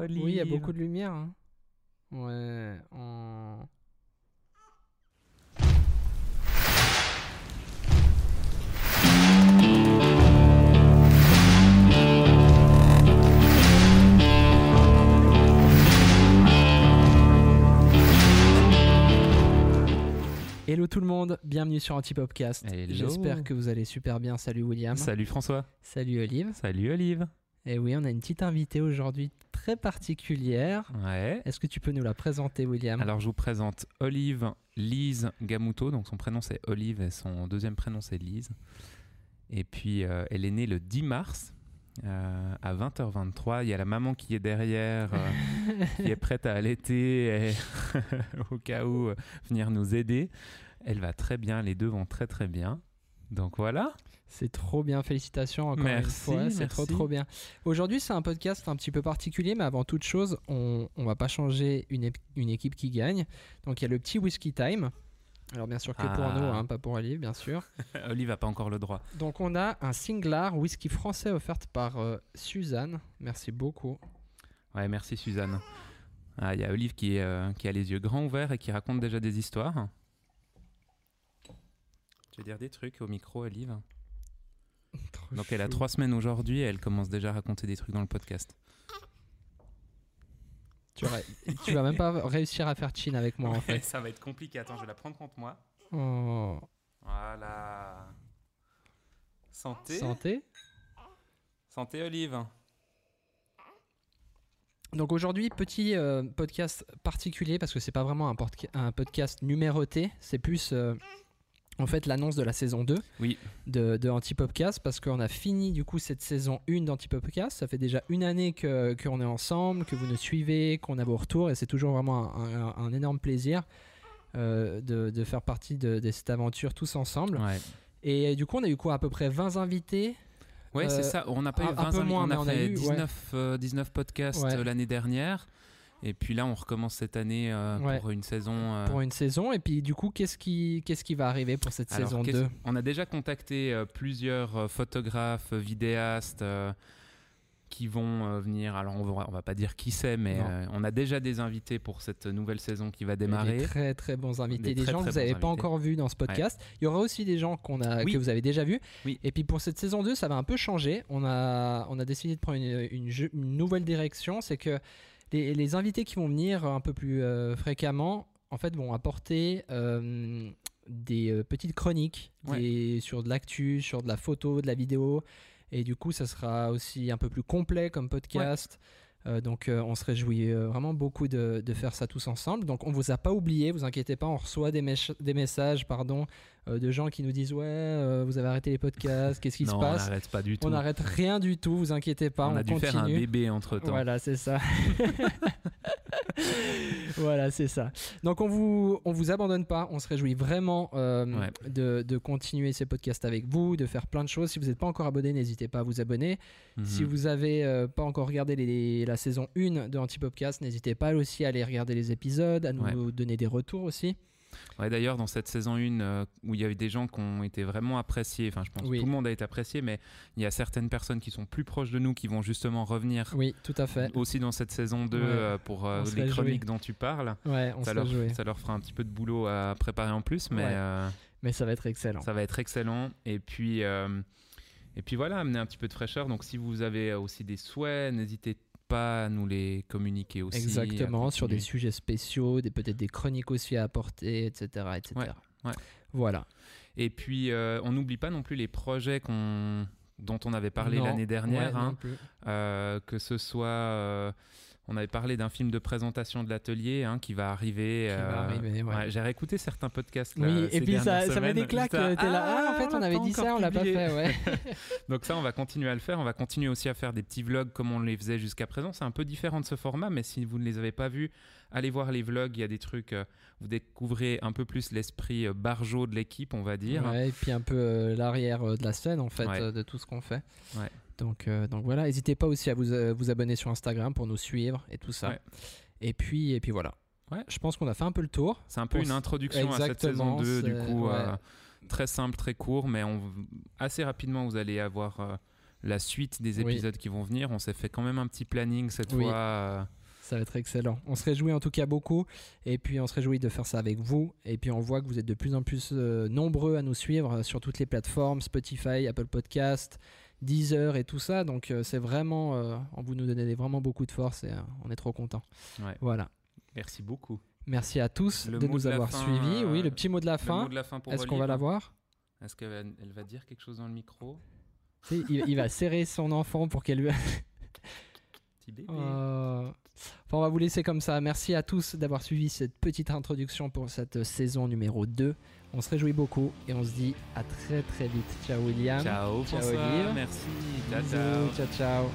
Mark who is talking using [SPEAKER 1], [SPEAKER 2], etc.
[SPEAKER 1] Olive.
[SPEAKER 2] Oui, il y a beaucoup de lumière. hein. Euh, Ouais, en... Hello tout le monde, bienvenue sur Antipopcast.
[SPEAKER 1] Hello.
[SPEAKER 2] J'espère que vous allez super bien. Salut William.
[SPEAKER 1] Salut François.
[SPEAKER 2] Salut Olive.
[SPEAKER 1] Ah, Salut Olive.
[SPEAKER 2] Et oui, on a une petite invitée aujourd'hui très particulière.
[SPEAKER 1] Ouais.
[SPEAKER 2] Est-ce que tu peux nous la présenter, William
[SPEAKER 1] Alors je vous présente Olive Lise Gamuto. Donc son prénom c'est Olive et son deuxième prénom c'est Lise. Et puis euh, elle est née le 10 mars euh, à 20h23. Il y a la maman qui est derrière, euh, qui est prête à allaiter et au cas où euh, venir nous aider. Elle va très bien, les deux vont très très bien. Donc voilà.
[SPEAKER 2] C'est trop bien, félicitations encore
[SPEAKER 1] Merci,
[SPEAKER 2] une fois. C'est
[SPEAKER 1] merci.
[SPEAKER 2] trop trop bien. Aujourd'hui, c'est un podcast un petit peu particulier, mais avant toute chose, on, on va pas changer une, ép- une équipe qui gagne. Donc il y a le petit whisky time. Alors bien sûr que pour
[SPEAKER 1] Ah.
[SPEAKER 2] nous, hein, pas pour Olive, bien sûr.
[SPEAKER 1] Olive a pas encore le droit.
[SPEAKER 2] Donc on a un Singlar whisky français offert par euh, Suzanne. Merci beaucoup.
[SPEAKER 1] Ouais, merci Suzanne. Ah, Il y a Olive qui, est, euh, qui a les yeux grands ouverts et qui raconte déjà des histoires. Tu veux dire des trucs au micro, Olive
[SPEAKER 2] Trop
[SPEAKER 1] Donc elle a
[SPEAKER 2] chou.
[SPEAKER 1] trois semaines aujourd'hui et elle commence déjà à raconter des trucs dans le podcast.
[SPEAKER 2] Tu, aurais- tu vas même pas réussir à faire chin avec moi en fait.
[SPEAKER 1] ça va être compliqué. Attends, je vais la prendre contre moi.
[SPEAKER 2] Oh.
[SPEAKER 1] Voilà. Santé.
[SPEAKER 2] Santé.
[SPEAKER 1] Santé, Olive.
[SPEAKER 2] Donc aujourd'hui, petit euh, podcast particulier parce que c'est pas vraiment un, portca- un podcast numéroté, c'est plus euh, en fait l'annonce de la saison 2
[SPEAKER 1] Oui.
[SPEAKER 2] de, de Antipopcast parce qu'on a fini du coup cette saison 1 d'Antipopcast. Ça fait déjà une année que- qu'on est ensemble, que vous nous suivez, qu'on a vos retours et c'est toujours vraiment un, un- un énorme plaisir. euh, de, de faire partie de, de cette aventure tous ensemble.
[SPEAKER 1] Ouais,
[SPEAKER 2] Et du coup, on a eu quoi À peu près 20 invités.
[SPEAKER 1] ouais
[SPEAKER 2] Euh,
[SPEAKER 1] c'est ça. On n'a pas
[SPEAKER 2] un-
[SPEAKER 1] eu
[SPEAKER 2] un
[SPEAKER 1] 20
[SPEAKER 2] peu
[SPEAKER 1] invités,
[SPEAKER 2] moins,
[SPEAKER 1] on a
[SPEAKER 2] mais on a
[SPEAKER 1] fait
[SPEAKER 2] eu, ouais.
[SPEAKER 1] 19, euh, 19 podcasts
[SPEAKER 2] Ouais.
[SPEAKER 1] euh, l'année dernière. Et puis là, on recommence cette année euh,
[SPEAKER 2] Ouais.
[SPEAKER 1] pour une saison. euh,
[SPEAKER 2] pour une saison. Et puis, du coup, qu'est-ce qui, qu'est-ce qui va arriver pour cette
[SPEAKER 1] Alors,
[SPEAKER 2] saison
[SPEAKER 1] qu'est-ce-
[SPEAKER 2] 2
[SPEAKER 1] On a déjà contacté euh, plusieurs euh, photographes, euh, vidéastes euh, qui vont euh, venir. Alors, on va, on va pas dire qui c'est, mais
[SPEAKER 2] Non. Eh
[SPEAKER 1] euh, on a déjà des invités pour cette nouvelle saison qui va
[SPEAKER 2] Des
[SPEAKER 1] démarrer.
[SPEAKER 2] très très bons invités,
[SPEAKER 1] Des
[SPEAKER 2] des,
[SPEAKER 1] très,
[SPEAKER 2] gens
[SPEAKER 1] très
[SPEAKER 2] que vous n'avez
[SPEAKER 1] bons
[SPEAKER 2] pas
[SPEAKER 1] invités.
[SPEAKER 2] encore vus dans ce podcast. Il y aura aussi des gens qu'on a,
[SPEAKER 1] Oui.
[SPEAKER 2] que vous avez déjà vus.
[SPEAKER 1] Oui.
[SPEAKER 2] Et puis pour cette saison 2, ça va un peu changer. On a, on a décidé de prendre une, une jeu- une nouvelle direction. C'est que les, les invités qui vont venir un peu plus euh, fréquemment, en fait, vont apporter euh, des euh, petites chroniques
[SPEAKER 1] Ouais.
[SPEAKER 2] des- sur de l'actu, sur de la photo, de la vidéo. Et du coup, ça sera aussi un peu plus complet comme podcast. Euh, donc euh, on se réjouit euh, vraiment beaucoup de, de faire ça tous ensemble. Donc on vous a pas oublié, vous inquiétez pas, on reçoit des, mech- des messages pardon, euh, de gens qui nous disent ouais, euh, vous avez arrêté les podcasts, qu'est-ce qui se
[SPEAKER 1] non, on
[SPEAKER 2] passe
[SPEAKER 1] n'arrête pas du tout.
[SPEAKER 2] On n'arrête rien du tout, vous inquiétez pas,
[SPEAKER 1] On
[SPEAKER 2] on,
[SPEAKER 1] a dû
[SPEAKER 2] continue.
[SPEAKER 1] faire un bébé entre temps.
[SPEAKER 2] Voilà, c'est ça. voilà, c'est ça. Donc on vous on vous abandonne pas. On se réjouit vraiment euh,
[SPEAKER 1] Ouais.
[SPEAKER 2] de, de continuer ces podcasts avec vous, de faire plein de choses. Si vous n'êtes pas encore abonné, n'hésitez pas à vous abonner.
[SPEAKER 1] Mhm.
[SPEAKER 2] Si vous avez euh, pas encore regardé les- les- la saison 1 de Antipopcast, n'hésitez pas aussi à aller regarder les épisodes, à nous
[SPEAKER 1] Ouais.
[SPEAKER 2] donner des retours aussi.
[SPEAKER 1] Ouais, D'ailleurs, dans cette saison 1, où il y a eu des gens qui ont été vraiment appréciés, enfin, je pense
[SPEAKER 2] Oui.
[SPEAKER 1] que tout le monde a été apprécié, mais il y a certaines personnes qui sont plus proches de nous qui vont justement revenir
[SPEAKER 2] Oui, tout à fait.
[SPEAKER 1] aussi dans cette saison 2
[SPEAKER 2] Ouais.
[SPEAKER 1] euh, pour euh,
[SPEAKER 2] On se
[SPEAKER 1] les
[SPEAKER 2] réjouit.
[SPEAKER 1] chroniques dont tu parles.
[SPEAKER 2] Ouais, on
[SPEAKER 1] ça
[SPEAKER 2] se
[SPEAKER 1] leur,
[SPEAKER 2] l'a joué.
[SPEAKER 1] ça leur fera un petit peu de boulot à préparer en plus, mais
[SPEAKER 2] Ouais.
[SPEAKER 1] euh,
[SPEAKER 2] Mais ça va être excellent.
[SPEAKER 1] ça va être excellent. Et puis, euh, et puis voilà, amener un petit peu de fraîcheur. Donc si vous avez aussi des souhaits, n'hésitez pas à nous les communiquer aussi. à
[SPEAKER 2] Exactement, sur des
[SPEAKER 1] continuer.
[SPEAKER 2] sujets spéciaux, des, peut-être des chroniques aussi à apporter, etc. etc.
[SPEAKER 1] ouais.
[SPEAKER 2] Voilà.
[SPEAKER 1] Et puis, euh, on n'oublie pas non plus les projets qu'on dont on avait parlé
[SPEAKER 2] Non,
[SPEAKER 1] l'année dernière,
[SPEAKER 2] Ouais,
[SPEAKER 1] hein.
[SPEAKER 2] non plus.
[SPEAKER 1] Euh, que ce soit, euh, on avait parlé d'un film de présentation de l'atelier hein, qui va arriver. euh,
[SPEAKER 2] Qui va arriver, ouais.
[SPEAKER 1] J'ai réécouté certains podcasts. là,
[SPEAKER 2] Oui,
[SPEAKER 1] ces
[SPEAKER 2] et puis ça,
[SPEAKER 1] dernières
[SPEAKER 2] ça met des
[SPEAKER 1] semaines.
[SPEAKER 2] claques.
[SPEAKER 1] Putain,
[SPEAKER 2] euh, T'es là, ah,
[SPEAKER 1] ah,
[SPEAKER 2] en fait, on avait
[SPEAKER 1] pas
[SPEAKER 2] dit ça,
[SPEAKER 1] encore
[SPEAKER 2] on l'a pas
[SPEAKER 1] publié.
[SPEAKER 2] fait, ouais.
[SPEAKER 1] Donc ça, on va continuer à le faire. On va continuer aussi à faire des petits vlogs comme on les faisait jusqu'à présent. C'est un peu différent de ce format, mais si vous ne les avez pas vus, allez voir les vlogs. Il y a des trucs, euh, vous découvrez un peu plus l'esprit euh, barjo de l'équipe, on va dire.
[SPEAKER 2] Ouais, et puis un peu euh, l'arrière euh, de la scène en fait
[SPEAKER 1] Ouais.
[SPEAKER 2] euh, de tout ce qu'on fait.
[SPEAKER 1] Ouais.
[SPEAKER 2] Donc, euh, donc voilà, n'hésitez pas aussi à vous, euh, vous abonner sur Instagram pour nous suivre et tout ça.
[SPEAKER 1] Ouais.
[SPEAKER 2] Et puis et puis voilà.
[SPEAKER 1] Ouais.
[SPEAKER 2] Je pense qu'on a fait un peu le tour.
[SPEAKER 1] C'est un peu
[SPEAKER 2] On
[SPEAKER 1] une
[SPEAKER 2] s-
[SPEAKER 1] introduction à cette saison
[SPEAKER 2] Exactement,
[SPEAKER 1] 2, du
[SPEAKER 2] c'est-
[SPEAKER 1] coup,
[SPEAKER 2] ouais.
[SPEAKER 1] euh, très simple, très court, mais on, assez rapidement, vous allez avoir euh, la suite des
[SPEAKER 2] Oui.
[SPEAKER 1] épisodes qui vont venir. On s'est fait quand même un petit planning cette
[SPEAKER 2] Oui.
[SPEAKER 1] fois. euh,
[SPEAKER 2] Ça va être excellent. On se réjouit en tout cas beaucoup. Et puis on se réjouit de faire ça avec vous. Et puis on voit que vous êtes de plus en plus euh, nombreux à nous suivre euh, sur toutes les plateformes, Spotify, Apple Podcast, Deezer et tout ça. Donc euh, c'est vraiment, euh, vous nous donnez vraiment beaucoup de force et euh, on est trop contents.
[SPEAKER 1] Ouais.
[SPEAKER 2] Voilà.
[SPEAKER 1] Merci beaucoup.
[SPEAKER 2] Merci à tous
[SPEAKER 1] Le
[SPEAKER 2] de
[SPEAKER 1] mot
[SPEAKER 2] nous
[SPEAKER 1] de la
[SPEAKER 2] avoir
[SPEAKER 1] fin,
[SPEAKER 2] suivis.
[SPEAKER 1] euh,
[SPEAKER 2] oui, le petit mot de la
[SPEAKER 1] Le
[SPEAKER 2] fin.
[SPEAKER 1] mot de la fin pour
[SPEAKER 2] Est-ce qu'on va
[SPEAKER 1] Olive.
[SPEAKER 2] l'avoir
[SPEAKER 1] Est-ce qu'elle va- elle va dire quelque chose dans le micro
[SPEAKER 2] Tu sais, il, il va serrer son enfant pour qu'elle lui.
[SPEAKER 1] Petit bébé.
[SPEAKER 2] Euh, enfin, on va vous laisser comme ça. Merci à tous d'avoir suivi cette petite introduction pour cette saison numéro 2. On se réjouit beaucoup et on se dit à très très vite. Ciao William.
[SPEAKER 1] Ciao, François.
[SPEAKER 2] Olive.
[SPEAKER 1] Merci. Ciao,
[SPEAKER 2] Bisous,
[SPEAKER 1] ciao.
[SPEAKER 2] ciao. ciao.